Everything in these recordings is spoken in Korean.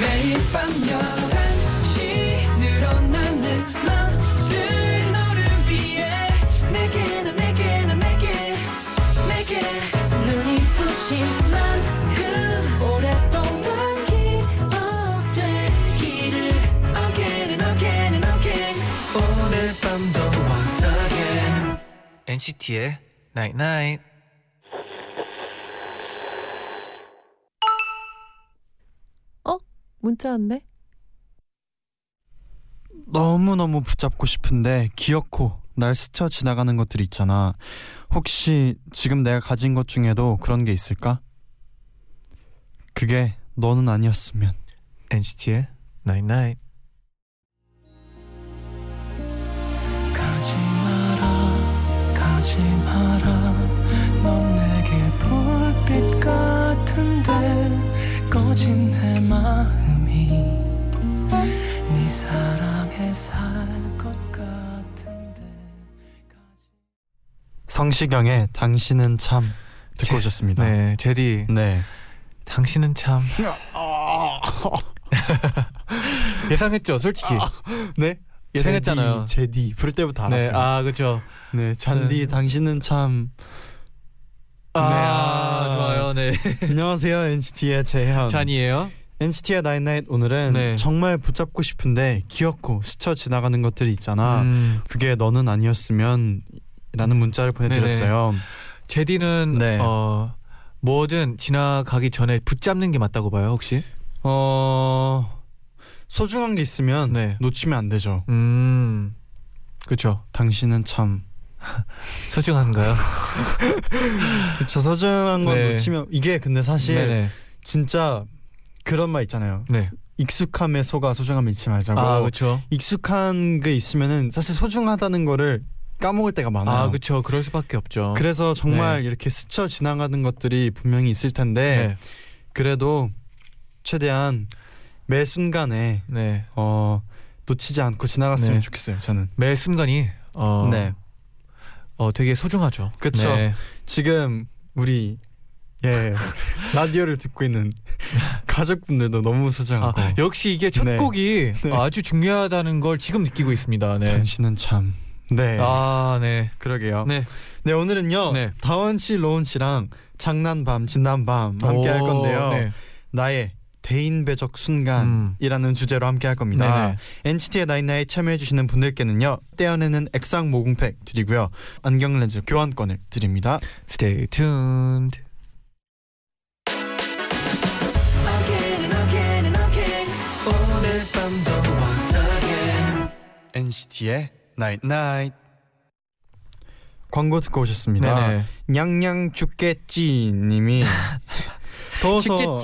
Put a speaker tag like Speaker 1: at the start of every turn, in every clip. Speaker 1: 매일 밤 11시 늘어나는 맘들 너를 위해 내게 난 내게 난 내게 내게 눈이 부신 만큼 그 오랫동안 기억되기를 Again and again and again 오늘 밤도 once again
Speaker 2: NCT의 Night Night.
Speaker 3: 문자 왔네.
Speaker 4: 너무너무 붙잡고 싶은데 귀엽고 날 스쳐 지나가는 것들 있잖아. 혹시 지금 내가 가진 것 중에도 그런 게 있을까? 그게 너는 아니었으면.
Speaker 2: NCT의 Night Night.
Speaker 1: 가지 마라 가지 마라 넌 내게 불빛 같은데 꺼진 내 마음이 네 사랑에 살 것 같은데
Speaker 4: 성시경의 당신은 참 듣고
Speaker 2: 제-
Speaker 4: 오셨습니다. 네.
Speaker 2: 네, 제디. 당신은 참
Speaker 4: 아.
Speaker 2: 예상했죠, 솔직히.
Speaker 4: 네.
Speaker 2: 예상했잖아요.
Speaker 4: 제디, 제디. 부를 때부터
Speaker 2: 네,
Speaker 4: 알았어요. 네,
Speaker 2: 아 그렇죠.
Speaker 4: 잔디
Speaker 2: 네.
Speaker 4: 당신은 참.
Speaker 2: 아,
Speaker 4: 네, 아.
Speaker 2: 좋아요, 네.
Speaker 4: 안녕하세요 NCT의 재현.
Speaker 2: 잔이에요.
Speaker 4: NCT의 나인나잇 오늘은
Speaker 2: 네.
Speaker 4: 정말 붙잡고 싶은데 귀엽고 스쳐 지나가는 것들이 있잖아.
Speaker 2: 음,
Speaker 4: 그게 너는 아니었으면 라는 문자를 보내드렸어요.
Speaker 2: 제디는
Speaker 4: 네.
Speaker 2: 어 뭐든 지나가기 전에 붙잡는 게 맞다고 봐요, 혹시?
Speaker 4: 어 소중한 게 있으면
Speaker 2: 네.
Speaker 4: 놓치면 안 되죠.
Speaker 2: 음, 그렇죠.
Speaker 4: 당신은 참
Speaker 2: 소중한가요?
Speaker 4: 그쵸 소중한 건
Speaker 2: 네.
Speaker 4: 놓치면 이게 근데 사실
Speaker 2: 네네.
Speaker 4: 진짜 그런 말 있잖아요.
Speaker 2: 네.
Speaker 4: 익숙함에 속아 뭐 소중함을 잊지 말자고.
Speaker 2: 아 그렇죠.
Speaker 4: 익숙한 게 있으면은 사실 소중하다는 거를 까먹을 때가 많아요. 네.
Speaker 2: 아 그렇죠. 그럴 수밖에 없죠.
Speaker 4: 그래서 정말 이렇게 스쳐 지나가는 것들이 분명히 있을 텐데
Speaker 2: 네.
Speaker 4: 그래도 최대한 매 순간에
Speaker 2: 네.
Speaker 4: 어 놓치지 않고 지나갔으면
Speaker 2: 네.
Speaker 4: 좋겠어요. 저는.
Speaker 2: 매 순간이 어,
Speaker 4: 네.
Speaker 2: 어 되게 소중하죠.
Speaker 4: 그쵸.
Speaker 2: 네.
Speaker 4: 지금 우리 예 라디오를 듣고 있는 가족분들도 너무 소중하고
Speaker 2: 아, 역시 이게 첫
Speaker 4: 네.
Speaker 2: 곡이
Speaker 4: 네.
Speaker 2: 아주 중요하다는 걸 지금 느끼고 있습니다. 네.
Speaker 4: 당신은 참. 네.
Speaker 2: 아, 네.
Speaker 4: 그러게요.
Speaker 2: 네.
Speaker 4: 네, 오늘은요.
Speaker 2: 네.
Speaker 4: 다원 씨, 로운 씨랑 장난밤, 진난밤 함께 할
Speaker 2: 오,
Speaker 4: 건데요.
Speaker 2: 네.
Speaker 4: 나의 대인 배적 순간이라는 주제로 함께 할 겁니다.
Speaker 2: 네네.
Speaker 4: NCT의 나인나에 참여해 주시는 분들께는요. 떼어내는 액상 모공팩 드리고요. 안경 렌즈 교환권을 드립니다.
Speaker 2: Stay tuned.
Speaker 1: Again and again and again 오늘 밤도 once again
Speaker 4: NCT의 나잇나잇 광고 듣고 오셨습니다.
Speaker 2: 네네.
Speaker 4: 냥냥 죽겠지 님이 더워서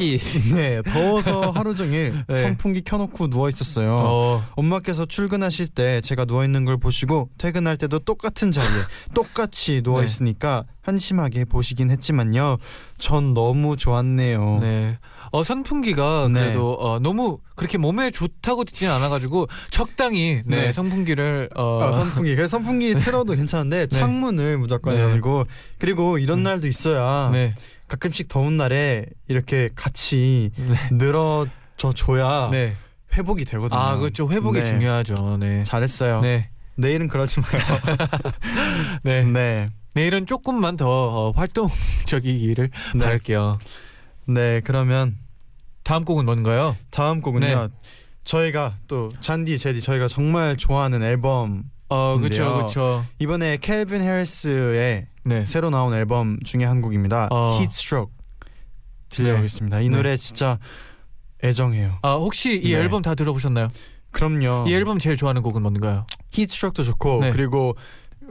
Speaker 4: 네, 더워서 하루 종일
Speaker 2: 네.
Speaker 4: 선풍기 켜놓고 누워 있었어요.
Speaker 2: 어.
Speaker 4: 엄마께서 출근하실 때 제가 누워 있는 걸 보시고 퇴근할 때도 똑같은 자리에 똑같이 누워
Speaker 2: 네.
Speaker 4: 있으니까 한심하게 보시긴 했지만요. 전 너무 좋았네요.
Speaker 2: 네. 어 선풍기가
Speaker 4: 네.
Speaker 2: 그래도 어, 너무 그렇게 몸에 좋다고 듣지는 않아가지고 적당히 네,
Speaker 4: 네.
Speaker 2: 선풍기를 어,
Speaker 4: 아, 네. 선풍기. 그래서 선풍기 틀어도 괜찮은데 창문을 무조건
Speaker 2: 네.
Speaker 4: 열고 그리고 이런 날도 있어야
Speaker 2: 네.
Speaker 4: 가끔씩 더운 날에 이렇게 같이
Speaker 2: 네.
Speaker 4: 늘어져 줘야
Speaker 2: 네.
Speaker 4: 회복이 되거든요.
Speaker 2: 아 그렇죠. 회복이
Speaker 4: 아, 네.
Speaker 2: 중요하죠. 네.
Speaker 4: 잘했어요.
Speaker 2: 네.
Speaker 4: 내일은 그러지 마요.
Speaker 2: 네.
Speaker 4: 네.
Speaker 2: 내일은 조금만 더 어, 활동적이기를
Speaker 4: 네.
Speaker 2: 바랄게요.
Speaker 4: 네, 그러면
Speaker 2: 다음 곡은 뭔가요?
Speaker 4: 다음 곡은요.
Speaker 2: 네.
Speaker 4: 저희가 또 잔디 제디 저희가 정말 좋아하는 앨범
Speaker 2: 어, 그렇죠,
Speaker 4: 근데요.
Speaker 2: 그렇죠.
Speaker 4: 이번에 켈빈 해리스의
Speaker 2: 네.
Speaker 4: 새로 나온 앨범 중에 한 곡입니다.
Speaker 2: 어.
Speaker 4: Heat Stroke 들려보겠습니다. 이
Speaker 2: 네.
Speaker 4: 노래 진짜 애정해요.
Speaker 2: 아 혹시 이
Speaker 4: 네.
Speaker 2: 앨범 다 들어보셨나요?
Speaker 4: 그럼요.
Speaker 2: 이 앨범 제일 좋아하는 곡은 뭔가요?
Speaker 4: Heat Stroke도 좋고
Speaker 2: 네.
Speaker 4: 그리고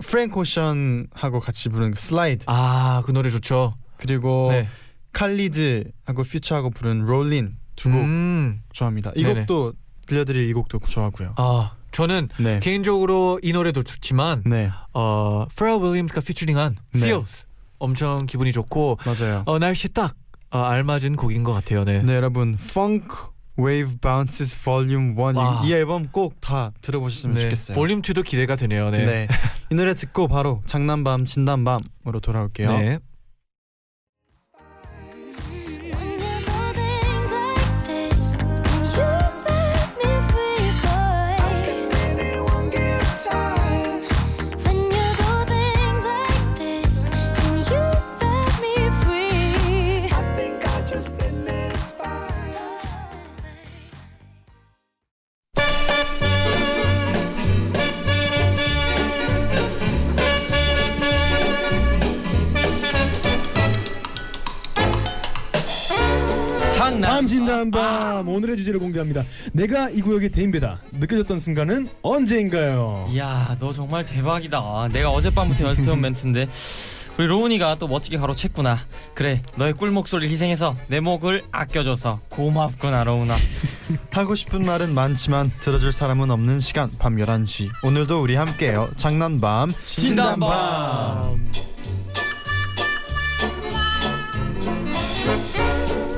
Speaker 4: 프랭크 오션하고 같이 부른 Slide
Speaker 2: 아 그 노래 좋죠.
Speaker 4: 그리고
Speaker 2: 네.
Speaker 4: 칼리드하고 퓨처하고 부른 Rollin 두 곡
Speaker 2: 음.
Speaker 4: 좋아합니다. 이
Speaker 2: 네네.
Speaker 4: 곡도 들려드릴 이 곡도 좋아하고요.
Speaker 2: 아 저는
Speaker 4: 네.
Speaker 2: 개인적으로 이 노래도 좋지만
Speaker 4: 네.
Speaker 2: 어 프레어 윌리엄스가 피처링한
Speaker 4: 네.
Speaker 2: Feels 엄청 기분이 좋고
Speaker 4: 맞아요.
Speaker 2: 어 날씨 딱 어, 알맞은 곡인 것 같아요. 네.
Speaker 4: 네 여러분 Funk Wave Bounces Volume 1
Speaker 2: 와.
Speaker 4: 이, 이 앨범 꼭 다 들어보셨으면
Speaker 2: 네.
Speaker 4: 좋겠어요.
Speaker 2: 볼륨 2도 기대가 되네요. 네.
Speaker 4: 네. 이 노래 듣고 바로 장난밤 진단밤으로 돌아올게요.
Speaker 2: 네.
Speaker 5: Whenever things like this, you 아,
Speaker 3: 밤 진단 밤 오늘의 주제를 공개합니다. 내가 이 구역의 대인배다. 느껴졌던 순간은 언제인가요?
Speaker 5: 이야 너 정말 대박이다 내가 어젯밤부터 연습해온 멘트인데 우리 로운이가 또 멋지게 가로챘구나 그래 너의 꿀 목소리를 희생해서 내 목을 아껴줘서 고맙구나 로운아
Speaker 4: 하고 싶은 말은 많지만 들어줄 사람은 없는 시간 밤 11시 오늘도 우리 함께해요 장난밤 진단밤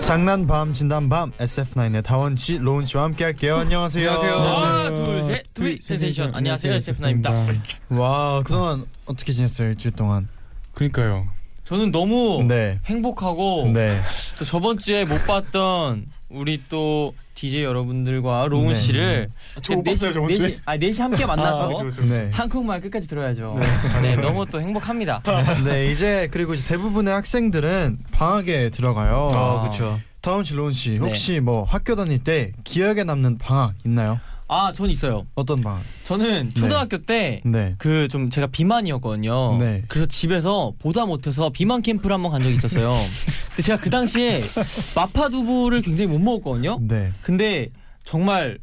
Speaker 4: 장난밤 진단밤 SF9의 다원씨 로운씨와 함께할게요 안녕하세요
Speaker 2: 안녕하세요.
Speaker 5: 하나 둘셋 둘 센세이션 안녕하세요
Speaker 3: 네,
Speaker 5: 에스프나입니다
Speaker 4: 와 아, 그동안 어떻게 지냈어요 일주일 동안
Speaker 3: 그러니까요.
Speaker 5: 저는 너무
Speaker 4: 네
Speaker 5: 행복하고
Speaker 4: 네.
Speaker 5: 또 저번 주에 못 봤던 우리 또 DJ 여러분들과 로운
Speaker 4: 네.
Speaker 5: 씨를
Speaker 3: 아, 저못 봤어요, 저번 주에.
Speaker 5: 넷이- 아 넷이 함께 만나서
Speaker 4: 네.
Speaker 5: 한국말 끝까지 들어야죠 네 너무 또 행복합니다
Speaker 3: 아.
Speaker 4: 네 이제 그리고 이제 대부분의 학생들은 방학에 들어가요
Speaker 2: 아 그렇죠.
Speaker 4: 다운 씨, 로운 씨 혹시 뭐 학교 다닐 때 기억에 남는 방학 있나요?
Speaker 5: 아 전 있어요
Speaker 4: 어떤 방학?
Speaker 5: 저는 초등학교 때
Speaker 3: 음.
Speaker 4: 네.
Speaker 5: 그 좀 제가 비만이었거든요.
Speaker 4: 네.
Speaker 5: 그래서 집에서 보다 못해서 비만 캠프를 한 번 간 적이 있었어요. 근데 제가 그 당시에 마파두부를 굉장히 못
Speaker 3: 음.
Speaker 5: 먹었거든요.
Speaker 4: 네.
Speaker 5: 근데 정말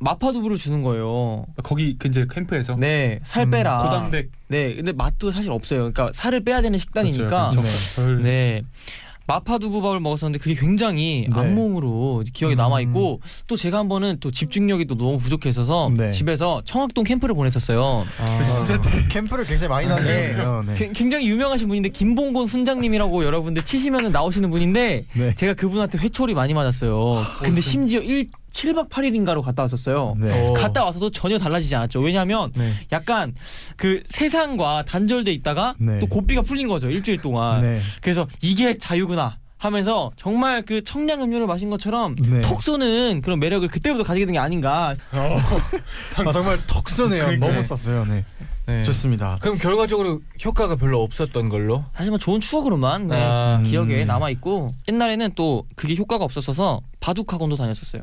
Speaker 5: 마파두부를 주는 거예요.
Speaker 3: 거기 그 이제 캠프에서
Speaker 5: 네, 살
Speaker 3: 음,
Speaker 5: 빼라.
Speaker 3: 고단백
Speaker 5: 네, 근데 맛도 사실 없어요. 그러니까 살을 빼야 되는 식단이니까.
Speaker 4: 그렇죠.
Speaker 3: 네.
Speaker 5: 네. 마파두부밥을 먹었었는데 그게 굉장히
Speaker 4: 네. 음.
Speaker 5: 악몽으로 기억에 남아 있고 또 제가 한 번은 또 집중력이 또 너무 부족해서서
Speaker 4: 네. 아,
Speaker 5: 집에서 청학동 캠프를 보냈었어요.
Speaker 3: 아.
Speaker 2: 아.
Speaker 4: 진짜 캠프를 굉장히 많이 다녔네요. 네.
Speaker 5: 게- 굉장히 유명하신 분인데 김봉곤 순장님이라고 여러분들 치시면 나오시는 분인데
Speaker 4: 네. 아,
Speaker 5: 제가 그분한테 회초리 많이 맞았어요. 근데 심지어 1 7박 8일인가로 갔다 왔었어요.
Speaker 4: 네.
Speaker 5: 갔다 와서도 전혀 달라지지 않았죠. 왜냐하면
Speaker 4: 네.
Speaker 5: 약간 그 세상과 단절돼 있다가
Speaker 4: 네.
Speaker 5: 또 고삐가 풀린 거죠 일주일 동안.
Speaker 4: 네.
Speaker 5: 그래서 이게 자유구나 하면서 정말 그 청량 음료를 마신 것처럼
Speaker 4: 네.
Speaker 5: 톡 쏘는 그런 매력을 그때부터 가지게 된 게 아닌가.
Speaker 4: 아, 정말 턱 쏘네요.
Speaker 3: 그러니까요.
Speaker 4: 너무 쌌어요. 네.
Speaker 2: 네.
Speaker 4: 좋습니다.
Speaker 2: 그럼 결과적으로 효과가 별로 없었던 걸로.
Speaker 5: 하지만 좋은 추억으로만 네,
Speaker 2: 아,
Speaker 5: 기억에
Speaker 4: 음.
Speaker 5: 남아 있고 옛날에는 또 그게 효과가 없었어서 바둑 학원도 다녔었어요.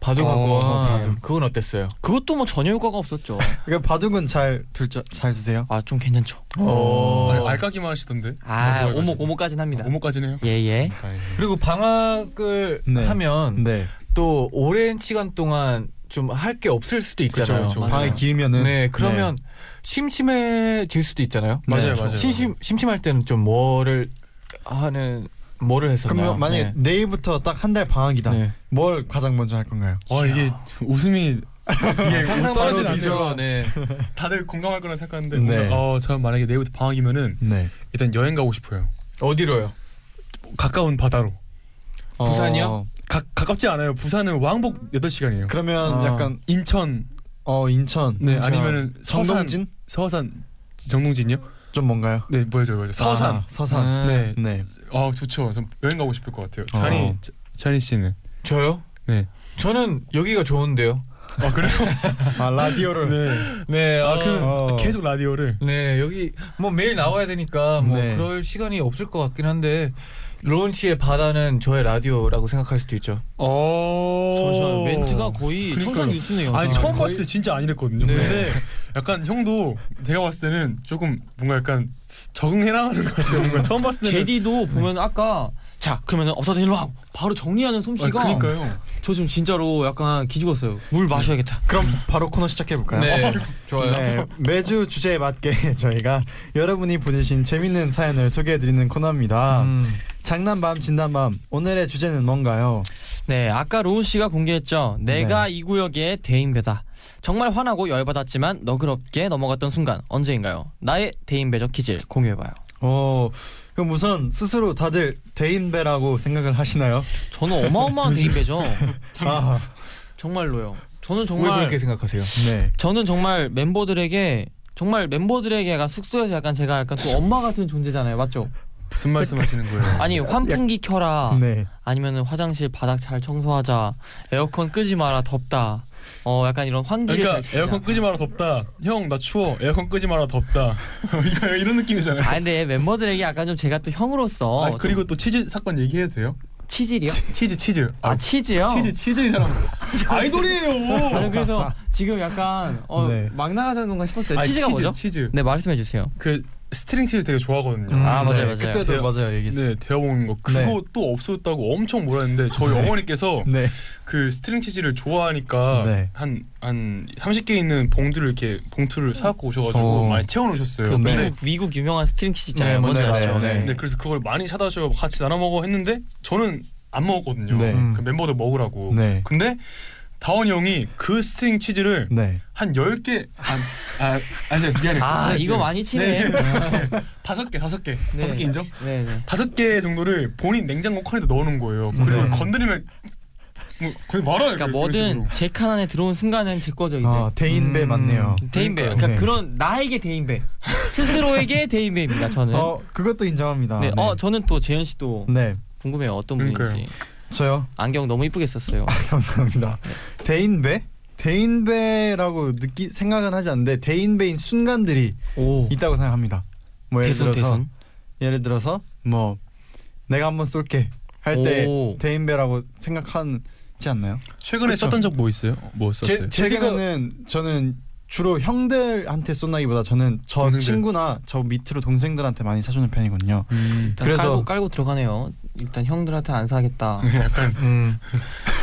Speaker 2: 바둑하고
Speaker 4: 어, 바둑.
Speaker 2: 그건 어땠어요?
Speaker 5: 그것도 뭐 전혀 효과가 없었죠.
Speaker 4: 그러니까 바둑은 잘 둘자 잘 두세요.
Speaker 5: 아 좀 괜찮죠.
Speaker 2: 어.
Speaker 3: 알까기만 하시던데.
Speaker 5: 아 오목 오목까지는 합니다.
Speaker 3: 오목까지는 해요.
Speaker 5: 예예.
Speaker 2: 그리고 방학을
Speaker 4: 네.
Speaker 2: 하면
Speaker 4: 네.
Speaker 2: 또 오랜 시간 동안 좀 할 게 없을 수도 있잖아요.
Speaker 3: 그쵸, 그쵸.
Speaker 4: 방에
Speaker 5: 맞아요.
Speaker 4: 길면은
Speaker 2: 네, 그러면 심심해질 수도 있잖아요.
Speaker 3: 맞아요,
Speaker 2: 네.
Speaker 3: 맞아요.
Speaker 2: 심심 심심할 때는 좀 뭐를 하는 뭐를 했었나요?
Speaker 4: 네. 그러면 만약에 내일부터 딱 한 달
Speaker 2: 네.
Speaker 4: 방학이다.
Speaker 2: 네.
Speaker 4: 뭘 가장 먼저 할 건가요?
Speaker 6: 어,
Speaker 3: 아 이게 웃음이 이게
Speaker 2: 상상
Speaker 3: 떨어지는
Speaker 2: 바로 뒤져.
Speaker 3: 않네요.
Speaker 2: 네.
Speaker 3: 다들 공감할 거라 생각하는데
Speaker 4: 네.
Speaker 3: 오늘 어저 만약에 내일부터 방학이면은
Speaker 4: 네.
Speaker 3: 일단 여행 가고 싶어요.
Speaker 2: 어디로요?
Speaker 3: 가까운 바다로.
Speaker 2: 부산이요?
Speaker 4: 어,
Speaker 3: 가, 가깝지 않아요. 부산은 왕복 8시간이에요.
Speaker 4: 그러면
Speaker 2: 아.
Speaker 4: 약간
Speaker 3: 인천
Speaker 4: 어 인천
Speaker 3: 네
Speaker 2: 인천.
Speaker 3: 아니면은 서산
Speaker 4: 정동진
Speaker 3: 서산 정동진이요?
Speaker 4: 좀 뭔가요?
Speaker 3: 네 뭐죠 뭐죠 서산
Speaker 4: 아, 서산.
Speaker 2: 음,
Speaker 3: 네.
Speaker 4: 네.
Speaker 3: 아 좋죠. 전 여행 가고 싶을 것 같아요. 찬이
Speaker 4: 어.
Speaker 3: 자- 찬이 씨는
Speaker 2: 저요?
Speaker 3: 네.
Speaker 2: 저는 여기가 좋은데요.
Speaker 3: 아 그래요?
Speaker 4: 아 라디오를
Speaker 3: 네.
Speaker 2: 네.
Speaker 3: 아
Speaker 2: 어,
Speaker 3: 그럼
Speaker 4: 어.
Speaker 3: 계속 라디오를
Speaker 2: 네 여기 뭐 매일 나와야 되니까 뭐
Speaker 4: 네.
Speaker 2: 그럴 시간이 없을 것 같긴 한데 로운 씨의 바다는 저의 라디오라고 생각할 수도 있죠.
Speaker 3: 어.
Speaker 5: 잠시만 멘트가 거의
Speaker 3: 그러니까요.
Speaker 5: 청산 유수네요.
Speaker 3: 아니 처음
Speaker 5: 거의-
Speaker 3: 봤을 때 진짜 아니랬거든요.
Speaker 2: 네.
Speaker 3: 근데 약간 형도 제가 봤을 때는 조금 뭔가 약간 적응해 나가는 것 같아요. 뭔가 처음 봤을 때는
Speaker 5: 제디도 보면 아까 자 그러면 없어도 일로 하고 바로 정리하는
Speaker 3: 아,
Speaker 5: 솜씨가
Speaker 3: 그러니까요.
Speaker 5: 저 지금 진짜로 약간 기죽었어요. 물 마셔야겠다.
Speaker 4: 그럼 바로 코너 시작해 볼까요?
Speaker 2: 네. 좋아요.
Speaker 4: 네, 매주 주제에 맞게 저희가 여러분이 보내신 재밌는 사연을 소개해드리는 코너입니다.
Speaker 2: 음.
Speaker 4: 장난밤 진단밤 오늘의 주제는 뭔가요?
Speaker 5: 네 아까 로운 씨가 공개했죠. 내가 이 구역의 대인배다. 정말 화나고 열받았지만 너그럽게 넘어갔던 순간 언제인가요? 나의 대인배적 기질 공유해봐요.
Speaker 4: 어 그럼 우선 스스로 다들 대인배라고 생각을 하시나요?
Speaker 5: 저는 어마어마한 대인배죠. 음.
Speaker 4: 아,
Speaker 5: 정말로요. 저는
Speaker 2: 왜
Speaker 5: 정말
Speaker 2: 그렇게 생각하세요?
Speaker 4: 네.
Speaker 5: 저는 정말 멤버들에게 정말 멤버들에게 약간 숙소에서 약간 제가 약간 또 엄마 같은 존재잖아요, 맞죠?
Speaker 3: 무슨 말씀하시는 거예요?
Speaker 5: 아니 환풍기 켜라,
Speaker 4: 네.
Speaker 5: 아니면은 화장실 바닥 잘 청소하자, 에어컨 끄지 마라 덥다, 어 약간 이런 환기를
Speaker 3: 그러니까
Speaker 5: 잘 쓰자.
Speaker 3: 에어컨 끄지 마라 덥다. 형 나 추워. 에어컨 끄지 마라 덥다. 이거 이런 느낌이잖아요.
Speaker 5: 아 근데 멤버들에게 약간 좀 제가 또 형으로서
Speaker 3: 아, 그리고
Speaker 5: 좀
Speaker 3: 또 치즈 사건 얘기해도 돼요?
Speaker 5: 치질이요?
Speaker 3: 치즈 치즈.
Speaker 5: 아, 치즈요?
Speaker 3: 치즈 치즈 이 사람
Speaker 5: 저는
Speaker 3: 아이돌이에요.
Speaker 5: 그래서 지금 약간 어,
Speaker 4: 네.
Speaker 5: 막 나가자는 건가 싶었어요.
Speaker 3: 아니,
Speaker 5: 치즈가 뭐죠?
Speaker 3: 치즈.
Speaker 5: 네 말씀해 주세요.
Speaker 3: 그
Speaker 6: 스트링 치즈 되게 좋아하거든요.
Speaker 2: 음.
Speaker 5: 아 맞아요
Speaker 6: 네,
Speaker 5: 맞아요.
Speaker 4: 그때도
Speaker 6: 네.
Speaker 4: 맞아요 얘기했어요.
Speaker 6: 네, 데워먹는 거 그거
Speaker 4: 네.
Speaker 6: 또 없어졌다고 엄청 뭐라 했는데 저희
Speaker 4: 네.
Speaker 6: 어머니께서
Speaker 4: 네.
Speaker 6: 그 스트링 치즈를 좋아하니까
Speaker 4: 네.
Speaker 6: 한 한 30개 있는 봉들을 이렇게
Speaker 5: 음.
Speaker 6: 봉투를 사갖고 오셔가지고
Speaker 4: 어.
Speaker 6: 많이
Speaker 5: 그
Speaker 6: 채워놓으셨어요.
Speaker 5: 미국
Speaker 3: 네.
Speaker 6: 근데
Speaker 5: 미국 유명한 스트링 치즈 있잖아요.
Speaker 2: 네,
Speaker 5: 뭔지
Speaker 2: 뭔지
Speaker 5: 아시죠?
Speaker 2: 알아요. 네.
Speaker 6: 네,
Speaker 3: 그렇죠.
Speaker 6: 그래서 그걸 많이 사다 주셔서 같이 나눠 먹어 했는데 저는 안 먹었거든요.
Speaker 4: 네.
Speaker 6: 그 멤버들 먹으라고.
Speaker 4: 네.
Speaker 6: 근데 다원이 형이 그 스트링 치즈를
Speaker 4: 네.
Speaker 6: 한 10개 아, 아, 아니 미안해.
Speaker 5: 아 이거 많이 치네. 아.
Speaker 6: 네. 다섯 개, 다섯 개,
Speaker 5: 네.
Speaker 6: 다섯 개 인정?
Speaker 5: 네, 네.
Speaker 6: 다섯 개 정도를 본인 냉장고 칸에다 넣어놓은 거예요. 그리고
Speaker 4: 네.
Speaker 6: 건드리면 뭐 거의 말아요.
Speaker 5: 그러니까 뭐든 제 칸 안에 들어온 순간은 제 거죠 이제.
Speaker 4: 아 대인배
Speaker 2: 음.
Speaker 4: 맞네요.
Speaker 5: 대인배.
Speaker 6: 그러니까요.
Speaker 5: 그러니까
Speaker 4: 네.
Speaker 5: 그런 나에게 대인배. 스스로에게 대인배입니다. 저는.
Speaker 4: 어 아, 그것도 인정합니다.
Speaker 5: 네. 어 저는 또 재현 씨도
Speaker 4: 네.
Speaker 5: 궁금해요. 어떤
Speaker 6: 그러니까요.
Speaker 5: 분인지.
Speaker 4: 저요. 아,
Speaker 5: 안경 너무 이쁘게 썼어요.
Speaker 4: 감사합니다. 대인배? 대인배라고 느끼 생각은 하지 않는데 대인배인 순간들이
Speaker 5: 오.
Speaker 4: 있다고 생각합니다. 뭐 예를
Speaker 5: 대순
Speaker 4: 들어서
Speaker 5: 대순.
Speaker 4: 예를 들어서 뭐 내가 한번 쏠게 할 때
Speaker 5: 오.
Speaker 4: 대인배라고 생각하지 않나요?
Speaker 6: 최근에
Speaker 4: 그쵸.
Speaker 6: 썼던 적 뭐 있어요? 뭐
Speaker 4: 제,
Speaker 6: 썼어요?
Speaker 4: 최근에는 저는 주로 형들한테 쏜다기보다 저는 저
Speaker 6: 동생들.
Speaker 4: 친구나 저 밑으로 동생들한테 많이 사주는 편이거든요.
Speaker 5: 그래서
Speaker 6: 음.
Speaker 4: 그래서-
Speaker 5: 깔고, 깔고 들어가네요. 일단 형들한테 안 사겠다.
Speaker 2: 음.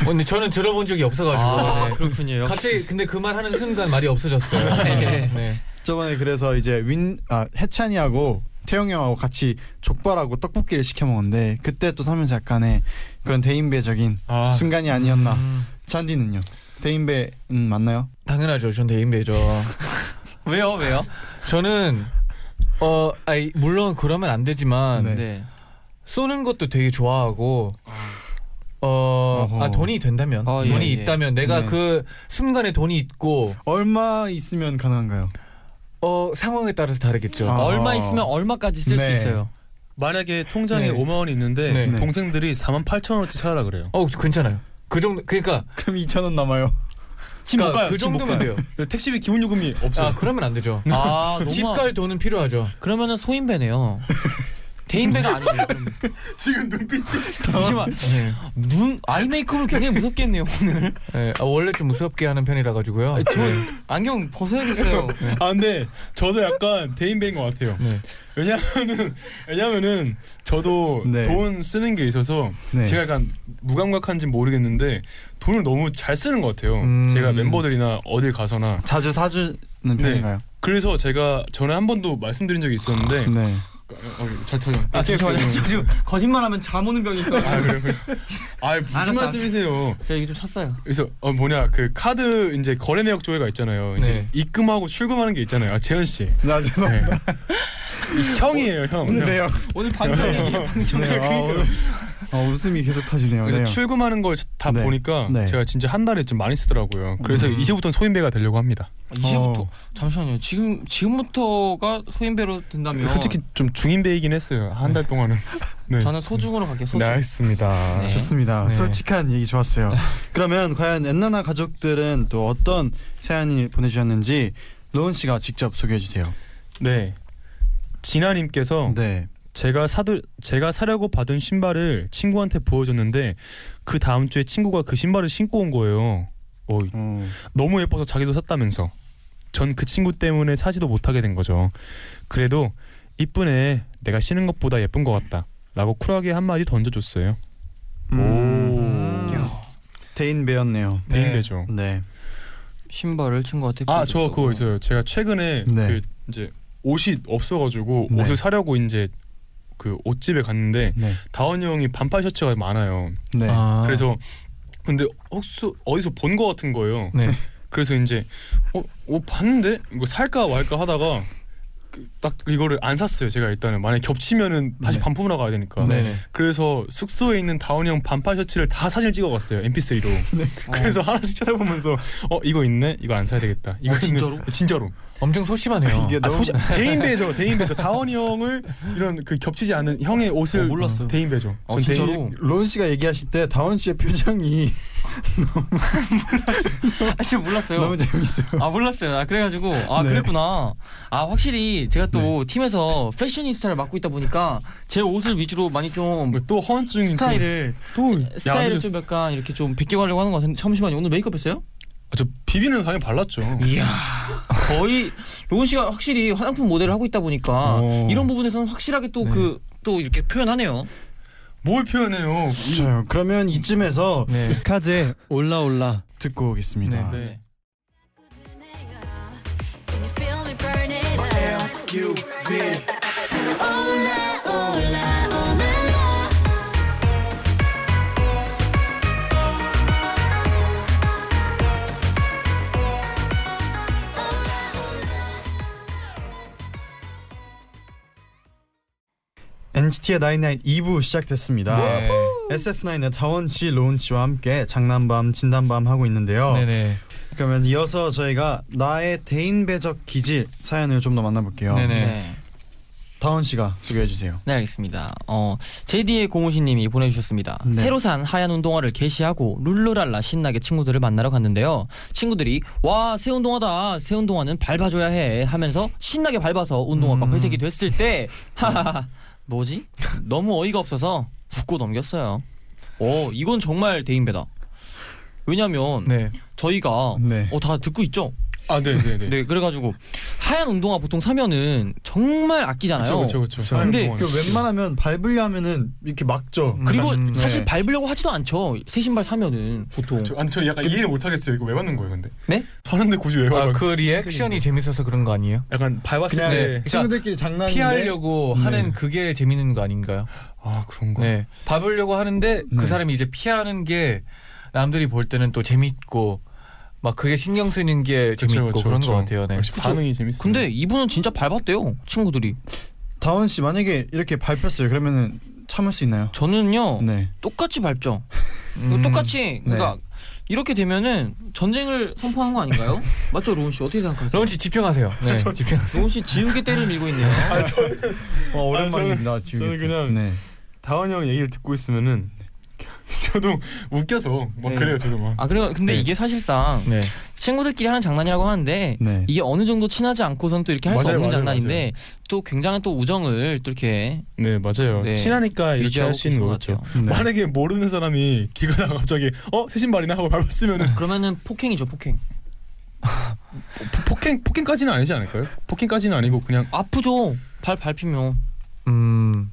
Speaker 2: 어, 근데 저는 들어본 적이 없어가지고
Speaker 5: 아
Speaker 2: 네.
Speaker 5: 그렇군요.
Speaker 2: 갑자기 근데 그 말 하는 순간 말이 없어졌어요.
Speaker 5: 네.
Speaker 2: 네.
Speaker 4: 저번에 그래서 이제 윈 아, 해찬이하고 태영이 형하고 같이 족발하고 떡볶이를 시켜 먹었는데 그때 또 사면서 약간의 그런 대인배적인
Speaker 6: 아,
Speaker 4: 순간이 아니었나
Speaker 2: 음,
Speaker 4: 잔디는요 대인배 음, 맞나요?
Speaker 2: 당연하죠. 전 대인배죠.
Speaker 5: 왜요 왜요?
Speaker 2: 저는 어, 아이, 물론 그러면 안 되지만
Speaker 4: 네.
Speaker 5: 네.
Speaker 2: 쏘는 것도 되게 좋아하고 어,
Speaker 4: 어허.
Speaker 2: 아 돈이 된다면
Speaker 5: 어, 예,
Speaker 2: 돈이
Speaker 5: 예.
Speaker 2: 있다면 내가
Speaker 4: 네.
Speaker 2: 그 순간에 돈이 있고
Speaker 4: 얼마 있으면 가능한가요?
Speaker 2: 어 상황에 따라서 다르겠죠.
Speaker 4: 아.
Speaker 5: 얼마 있으면 얼마까지 쓸 수
Speaker 4: 네.
Speaker 5: 있어요.
Speaker 6: 만약에 통장에
Speaker 2: 네.
Speaker 6: 5만 원이 있는데
Speaker 2: 네.
Speaker 6: 동생들이 4만 8천 원어치 사라 그래요.
Speaker 2: 어 괜찮아요. 그 정도 그러니까
Speaker 4: 그럼 2천 원 남아요.
Speaker 6: 못
Speaker 2: 그러니까
Speaker 6: 가요,
Speaker 2: 그
Speaker 6: 집못
Speaker 2: 정도면
Speaker 6: 가요.
Speaker 2: 돼요.
Speaker 6: 근데 네, 택시비 기본 요금이 없어요.
Speaker 2: 아 그러면 안 되죠.
Speaker 5: 아 너무
Speaker 2: 집 갈 돈은 필요하죠.
Speaker 5: 그러면은 소인배네요. 대인배가 아니에요. 그럼.
Speaker 6: 지금 눈빛이
Speaker 5: 잠시만
Speaker 2: 네.
Speaker 5: 눈 아이 메이크업을 굉장히 무섭겠네요 오늘.
Speaker 2: 네. 아, 원래 좀 무섭게 하는 편이라 가지고요.
Speaker 5: 저
Speaker 2: 네.
Speaker 5: 안경 벗어야겠어요.
Speaker 6: 아 근데 저도 약간 대인배인 것 같아요.
Speaker 2: 네.
Speaker 6: 왜냐면은 왜냐면은 저도
Speaker 4: 네.
Speaker 6: 돈 쓰는 게 있어서
Speaker 4: 네.
Speaker 6: 제가 약간 무감각한지 모르겠는데 돈을 너무 잘 쓰는 것 같아요.
Speaker 2: 음.
Speaker 6: 제가 멤버들이나 어딜 가서나
Speaker 4: 자주 사주는 편인가요?
Speaker 6: 그래서 제가 전에 한 번도 말씀드린 적이 있었는데
Speaker 4: 네.
Speaker 6: 잘 터져.
Speaker 5: 아 잠시만요. 지금 거짓말하면 잠 오는 병이니까.
Speaker 6: 아 그래요? 그래요? 아 무슨
Speaker 5: 알았어,
Speaker 6: 말씀이세요?
Speaker 5: 제가 이게 좀 샀어요.
Speaker 6: 그래서 어 뭐냐 그 카드 이제 거래 내역 조회가 있잖아요. 이제
Speaker 2: 네.
Speaker 6: 입금하고 출금하는 게 있잖아요. 아, 재현 씨.
Speaker 4: 나 죄송해요.
Speaker 6: 네. 이 형이에요 형. 형.
Speaker 4: 네요.
Speaker 5: 오늘 방청객이
Speaker 4: 네. 아, 오늘- 아, 웃음이 계속 터지네요.
Speaker 6: 그래서
Speaker 4: 네.
Speaker 6: 출금하는 걸 다
Speaker 4: 네.
Speaker 6: 보니까
Speaker 4: 네.
Speaker 6: 제가 진짜 한 달에 좀 많이 쓰더라고요. 그래서
Speaker 2: 음.
Speaker 6: 이제부터는 소인배가 되려고 합니다.
Speaker 5: 이제부터
Speaker 4: 어.
Speaker 5: 잠시만요. 지금 지금부터가 소인배로
Speaker 4: 네.
Speaker 5: 된다면
Speaker 6: 솔직히 좀 중인배이긴 했어요. 한 달 동안은. 네.
Speaker 5: 저는 소중으로 갈게요. 소중.
Speaker 6: 네, 알겠습니다.
Speaker 5: 네.
Speaker 4: 좋습니다.
Speaker 2: 네.
Speaker 4: 솔직한 얘기 좋았어요. 그러면 과연 엔나나 가족들은 또 어떤 사연을 보내주셨는지 로운 씨가 직접 소개해 주세요.
Speaker 6: 네. 진아님께서
Speaker 4: 네.
Speaker 6: 제가 사들 제가 사려고 받은 신발을 친구한테 보여줬는데 그 다음 주에 친구가 그 신발을 신고 온 거예요. 어,
Speaker 4: 어,
Speaker 6: 너무 예뻐서 자기도 샀다면서. 전 그 친구 때문에 사지도 못하게 된 거죠. 그래도 이쁜 애 내가 신은 것보다 예쁜 것 같다. 라고 쿨하게 한마디 던져줬어요.
Speaker 4: 음,
Speaker 5: 음.
Speaker 4: 대인 배였네요.
Speaker 6: 대인배죠.
Speaker 4: 네.
Speaker 5: 신발을 친구한테.
Speaker 6: 아, 저
Speaker 5: 보여줬다고.
Speaker 6: 그거 있어요. 제가 최근에
Speaker 4: 네.
Speaker 6: 그 이제 옷이 없어가지고
Speaker 4: 네.
Speaker 6: 옷을 사려고 이제 그 옷집에 갔는데
Speaker 4: 네.
Speaker 6: 다원이 형이 반팔 셔츠가 많아요.
Speaker 4: 네.
Speaker 2: 아.
Speaker 6: 그래서 근데 혹시 어디서 본 것 같은 거예요.
Speaker 2: 네.
Speaker 6: 그래서 이제 어, 어 봤는데 이거 살까 말까 하다가 그- 딱 이거를 안 샀어요. 제가 일단은 만약 에 겹치면은 다시
Speaker 4: 네.
Speaker 6: 반품으로 가야 되니까.
Speaker 2: 그러니까. 네네.
Speaker 6: 그래서 숙소에 있는 다운이 형 반팔 셔츠를 다 사진 을 찍어갔어요. MP3로.
Speaker 5: 네.
Speaker 6: 그래서 하나씩 찾아보면서 어 이거 있네, 이거 안 사야 되겠다. 이거
Speaker 5: 어. 아,
Speaker 6: 있네.
Speaker 5: 진짜로?
Speaker 6: 진짜로.
Speaker 2: 엄청 소심하네요.
Speaker 4: 이게
Speaker 6: 아,
Speaker 4: 너무
Speaker 6: 소시, 대인배죠, 대인배죠. 다원이 형을 이런 그 겹치지 않은 형의 옷을
Speaker 5: 어, 몰랐어요.
Speaker 6: 대인배죠.
Speaker 5: 아,
Speaker 6: 전 대인-
Speaker 5: 진짜로?
Speaker 4: 로운 씨가 얘기하실 때 다원 씨의 표정이
Speaker 5: 아, 지금 몰랐어요.
Speaker 4: 너무 재밌어요.
Speaker 5: 아 몰랐어요. 아 그래가지고 아
Speaker 4: 네.
Speaker 5: 그랬구나. 아 확실히 제가 또
Speaker 6: 네.
Speaker 5: 팀에서 패셔니스타를 맡고 있다 보니까 제 옷을 위주로 많이 좀
Speaker 6: 뭐또 허언증
Speaker 5: 스타일을
Speaker 6: 또
Speaker 5: 스타일을
Speaker 6: 야해졌어.
Speaker 5: 좀 약간 이렇게 좀 베껴가려고 하는 것 같은데 잠시만요. 오늘 메이크업 했어요? 예.
Speaker 6: 아, 저 비비는 당연히 발랐죠.
Speaker 5: 이야 거의 로운 씨가 확실히 화장품 모델을 하고 있다 보니까
Speaker 6: 어. 네.
Speaker 5: 이런 부분에서는 확실하게 또 그 또 이렇게 표현하네요.
Speaker 6: 뭘 표현해요?
Speaker 4: 좋아요. 그러면 이쯤에서
Speaker 2: 네.
Speaker 4: 카즈의 올라올라 듣고 오겠습니다.
Speaker 6: 네.
Speaker 7: Can you feel me burn it up?
Speaker 1: LQV
Speaker 7: Ola, ola, ola, la.
Speaker 4: NCT의 나인나인 2부 시작됐습니다.
Speaker 2: 네.
Speaker 4: SF9의 다원 씨, 로운 씨와 함께 장난밤, 진단밤 하고 있는데요.
Speaker 2: 네네.
Speaker 4: 그러면 이어서 저희가 나의 대인 배적 기질 사연을 좀 더 만나볼게요.
Speaker 2: 네네.
Speaker 5: 네.
Speaker 4: 다원 씨가 소개해 주세요.
Speaker 5: 네 알겠습니다. 어 제디의 공우신님이 보내주셨습니다.
Speaker 4: 네.
Speaker 5: 새로 산 하얀 운동화를 개시하고 룰루랄라 신나게 친구들을 만나러 갔는데요. 친구들이 와 새 운동화다 새 운동화는 밟아줘야 해 하면서 신나게 밟아서 운동화가
Speaker 2: 음.
Speaker 5: 회색이 됐을 때 하하하 뭐지? 너무 어이가 없어서 웃고 넘겼어요. 오 이건 정말 대인배다. 왜냐면
Speaker 2: 네.
Speaker 5: 저희가
Speaker 4: 네.
Speaker 5: 어 다 듣고 있죠.
Speaker 6: 아, 네, 네,
Speaker 5: 네 그래가지고 하얀 운동화 보통 사면은 정말 아끼잖아요.
Speaker 6: 그렇죠, 그렇죠, 그렇죠.
Speaker 5: 근데
Speaker 4: 그 웬만하면 밟으려 하면은 이렇게 막죠.
Speaker 2: 음.
Speaker 5: 그리고
Speaker 2: 음,
Speaker 5: 사실
Speaker 2: 네.
Speaker 5: 밟으려고 하지도 않죠. 새 신발 사면은 보통.
Speaker 6: 저, 아니 저 약간 이해를 못 하겠어요. 이거 왜 받는 거예요, 근데?
Speaker 5: 네?
Speaker 6: 사는데 굳이 왜 받는
Speaker 2: 아,
Speaker 6: 거예요? 뭐
Speaker 2: 그 리액션이 재밌어서 그런 거 아니에요?
Speaker 6: 약간 밟았을
Speaker 4: 그냥
Speaker 6: 때
Speaker 2: 네.
Speaker 4: 친구들끼리 장난인데
Speaker 2: 피하려고
Speaker 6: 음.
Speaker 2: 하는 그게 재밌는 거 아닌가요?
Speaker 6: 아, 그런 거.
Speaker 2: 네. 밟으려고 하는데
Speaker 4: 네.
Speaker 2: 그 사람이 이제 피하는 게 남들이 볼 때는 또 재밌고 막 그게 신경 쓰는 게
Speaker 6: 그쵸,
Speaker 2: 재밌고
Speaker 6: 그쵸,
Speaker 2: 그런
Speaker 6: 그쵸.
Speaker 2: 거 같아요. 네.
Speaker 6: 역시 반응이 재밌어요.
Speaker 5: 근데 이분은 진짜 밟았대요. 친구들이.
Speaker 4: 다원 씨 만약에 이렇게 밟혔어요. 그러면은 참을 수 있나요?
Speaker 5: 저는요.
Speaker 4: 네.
Speaker 5: 똑같이 밟죠.
Speaker 2: 음,
Speaker 6: 네.
Speaker 5: 똑같이 그러니까 이렇게 되면은 전쟁을 선포한 거 아닌가요? 맞죠, 로운 씨 어떻게 생각하세요?
Speaker 2: 러운 씨 집중하세요. 네. 집중하세요.
Speaker 5: 로운 씨 지우개 때를 밀고 있네요.
Speaker 6: 아,
Speaker 4: 와 어, 오랜만입니다. 지금
Speaker 6: 저는 그냥-
Speaker 4: 네.
Speaker 6: 다원 형 얘기를 듣고 있으면은 저도 웃겨서 막
Speaker 5: 네.
Speaker 6: 그래요, 저도 막.
Speaker 5: 아 그래요. 근데
Speaker 6: 네.
Speaker 5: 이게 사실상
Speaker 2: 네.
Speaker 5: 친구들끼리 하는 장난이라고 하는데
Speaker 4: 네.
Speaker 5: 이게 어느 정도 친하지 않고선 또 이렇게 할 수
Speaker 6: 맞아요,
Speaker 5: 없는
Speaker 6: 맞아요,
Speaker 5: 장난인데 또 굉장한 또 우정을 또 이렇게
Speaker 6: 네, 맞아요.
Speaker 5: 네.
Speaker 6: 친하니까 이렇게
Speaker 5: 유지하고
Speaker 6: 할 수
Speaker 5: 계신
Speaker 6: 있는
Speaker 5: 것
Speaker 6: 거겠죠.
Speaker 5: 같아요.
Speaker 4: 네.
Speaker 6: 만약에 모르는 사람이 길 가다가 갑자기 어, 새 신발이나 하고 밟았으면은
Speaker 5: 그러면은 폭행이죠, 폭행.
Speaker 6: 포- 폭행 폭행까지는 아니지 않을까요? 폭행까지는 아니고 그냥
Speaker 5: 아프죠. 발 밟히면.
Speaker 2: 음.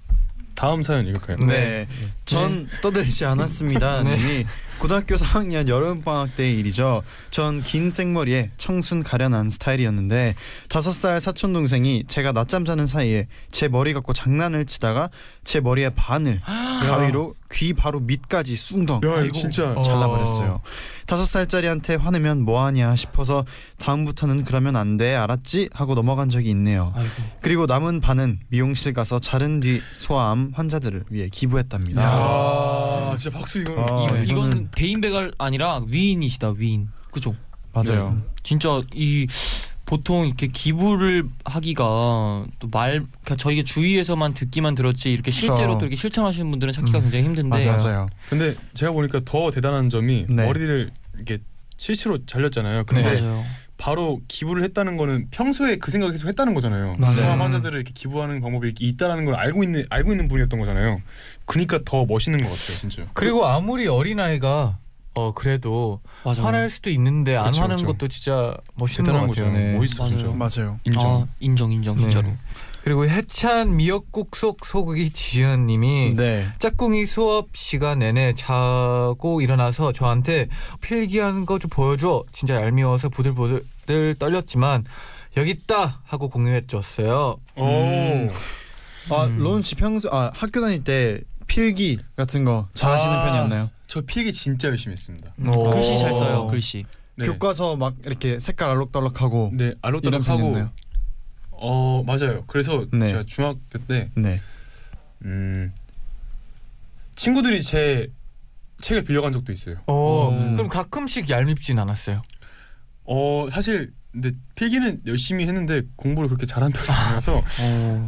Speaker 6: 다음 사연 읽을까요?
Speaker 4: 네. 전 떠들지 않았습니다. 네. 고등학교 4학년 여름 방학 때의 일이죠. 전 긴 생머리에 청순 가련한 스타일이었는데 5살 사촌 동생이 제가 낮잠 자는 사이에 제 머리 갖고 장난을 치다가 제 머리의 반을 가위로 귀 바로 밑까지 숭덩
Speaker 6: 야, 이거 진짜
Speaker 2: 어.
Speaker 4: 잘라버렸어요. 다섯 살짜리한테 화내면 뭐하냐 싶어서 다음부터는 그러면 안 돼 알았지 하고 넘어간 적이 있네요.
Speaker 5: 아이고.
Speaker 4: 그리고 남은 반은 미용실 가서 자른 뒤 소아암 환자들을 위해 기부했답니다.
Speaker 6: 야, 진짜 박수 이건.
Speaker 4: 아,
Speaker 5: 어, 이거,
Speaker 4: 이거는-
Speaker 5: 이건 대인배가 아니라 위인이시다 위인 그죠
Speaker 4: 맞아요.
Speaker 5: 진짜 이 보통 이렇게 기부를 하기가 또 말 그러니까 저희가 주위에서만 듣기만 들었지 이렇게 실제로
Speaker 4: 그쵸. 음.
Speaker 5: 또 이렇게 실천하시는 분들은 찾기가 굉장히 힘든데
Speaker 4: 맞아요.
Speaker 6: 근데 제가 보니까 더 대단한 점이
Speaker 4: 네.
Speaker 6: 머리를 이렇게 실수로 잘렸잖아요.
Speaker 5: 네.
Speaker 6: 근데
Speaker 5: 맞아요
Speaker 6: 바로 기부를 했다는 거는 평소에 그 생각을 계속 했다는 거잖아요.
Speaker 5: 맞아요.
Speaker 6: 소아암 환자들을 이렇게 기부하는 방법이 이렇게 있다라는 걸 알고 있는 알고 있는 분이었던 거잖아요. 그러니까 더 멋있는 것 같아요, 진짜.
Speaker 2: 그리고 아무리 어린 아이가 어 그래도
Speaker 5: 맞아요
Speaker 2: 화낼 수도 있는데 안
Speaker 6: 그쵸,
Speaker 2: 화는
Speaker 6: 그쵸.
Speaker 2: 것도 진짜 멋있는 것
Speaker 6: 대단한
Speaker 2: 같아요.
Speaker 6: 거죠.
Speaker 2: 네.
Speaker 6: 멋있어 진짜.
Speaker 5: 맞아요.
Speaker 4: 맞아요.
Speaker 6: 인정.
Speaker 5: 아, 인정 인정 진짜로
Speaker 2: 네. 그리고 해찬 미역국 속 소고기 지은님이
Speaker 4: 네.
Speaker 2: 짝꿍이 수업 시간 내내 자고 일어나서 저한테 필기한 거 좀 보여줘. 진짜 얄미워서 부들부들 떨렸지만 여기 있다 하고 공유해줬어요.
Speaker 6: 오.
Speaker 4: 음. 아
Speaker 2: 음.
Speaker 4: 로운 씨 평소 아 학교 다닐 때 필기 같은 거 잘하시는
Speaker 6: 아.
Speaker 4: 편이었나요?
Speaker 6: 저 필기 진짜 열심히 했습니다.
Speaker 4: 네.
Speaker 5: 글씨 잘 써요 글씨
Speaker 6: 네.
Speaker 4: 교과서 막 이렇게 색깔 알록달록하고
Speaker 6: 네,
Speaker 4: 이런
Speaker 6: 알록달록하고
Speaker 4: 편이었나요?
Speaker 6: 어, 맞아요. 그래서
Speaker 4: 네.
Speaker 6: 제가 중학교 때
Speaker 4: 네.
Speaker 6: 음, 친구들이 제 책을 빌려간 적도 있어요.
Speaker 2: 오,
Speaker 5: 음.
Speaker 2: 그럼 가끔씩 얄밉진 않았어요.
Speaker 6: 어 사실 근데 필기는 열심히 했는데 공부를 그렇게 잘한 편이 아니라서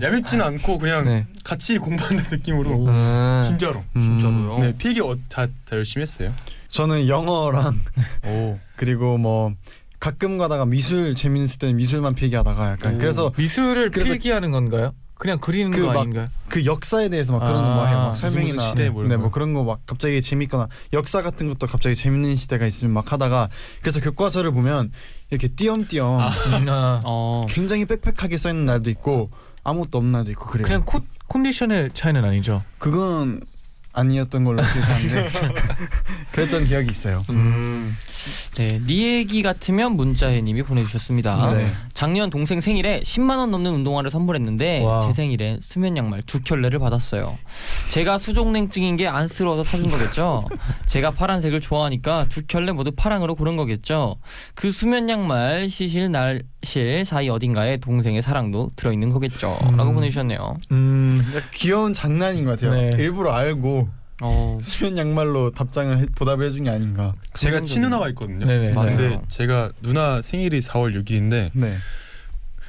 Speaker 6: 얄밉지는 않고 그냥
Speaker 2: 네.
Speaker 6: 같이 공부하는 느낌으로
Speaker 2: 음.
Speaker 6: 진짜로
Speaker 5: 진짜로요
Speaker 6: 네 필기 어, 다, 다 열심히 했어요.
Speaker 4: 저는 영어랑
Speaker 6: 오
Speaker 4: 그리고 뭐 가끔 가다가 미술 재밌을 때는 미술만 필기하다가 약간
Speaker 6: 오.
Speaker 4: 그래서
Speaker 2: 미술을
Speaker 4: 그래서-
Speaker 2: 필기하는 건가요? 그냥 그리는
Speaker 4: 그
Speaker 2: 거
Speaker 4: 막-
Speaker 2: 아닌가요?
Speaker 4: 그 역사에 대해서 막 그런
Speaker 2: 아,
Speaker 4: 거 해요. 막
Speaker 2: 무슨
Speaker 4: 설명이나
Speaker 2: 무슨 시대에 뭘
Speaker 4: 네, 뭐
Speaker 2: 뭐.
Speaker 4: 그런 거 막 갑자기 재밌거나 역사 같은 것도 갑자기 재밌는 시대가 있으면 막 하다가 그래서 교과서를 보면 이렇게 띄엄띄엄
Speaker 2: 아,
Speaker 5: 어.
Speaker 4: 굉장히 빽빽하게 써 있는 날도 있고 아무것도 없는 날도 있고 그래요.
Speaker 2: 그냥 코, 컨디션의 차이는 아니죠.
Speaker 4: 그건 아니었던 걸로 기억하는데 그랬던 기억이 있어요.
Speaker 2: 음.
Speaker 5: 네, 니 얘기 같으면 문자혜님이 보내주셨습니다.
Speaker 4: 네.
Speaker 5: 작년 동생 생일에 10만 원 넘는 운동화를 선물했는데
Speaker 2: 와우.
Speaker 5: 제 생일에 수면 양말 두 켤레를 받았어요. 제가 수족냉증인 게 안쓰러워서 사준 거겠죠. 제가 파란색을 좋아하니까 두 켤레 모두 파랑으로 고른 거겠죠. 그 수면 양말 시실 날실 사이 어딘가에 동생의 사랑도 들어있는 거겠죠.라고 보내주셨네요.
Speaker 4: 음, 귀여운 장난인 것 같아요.
Speaker 2: 네.
Speaker 4: 일부러 알고
Speaker 5: 어,
Speaker 4: 수면 양말로 답장을 해, 보답을 해준 게 아닌가.
Speaker 6: 제가 친누나가 있거든요.
Speaker 2: 네네.
Speaker 5: 맞아요.
Speaker 6: 근데 제가 누나 생일이 4월 6일인데
Speaker 4: 네.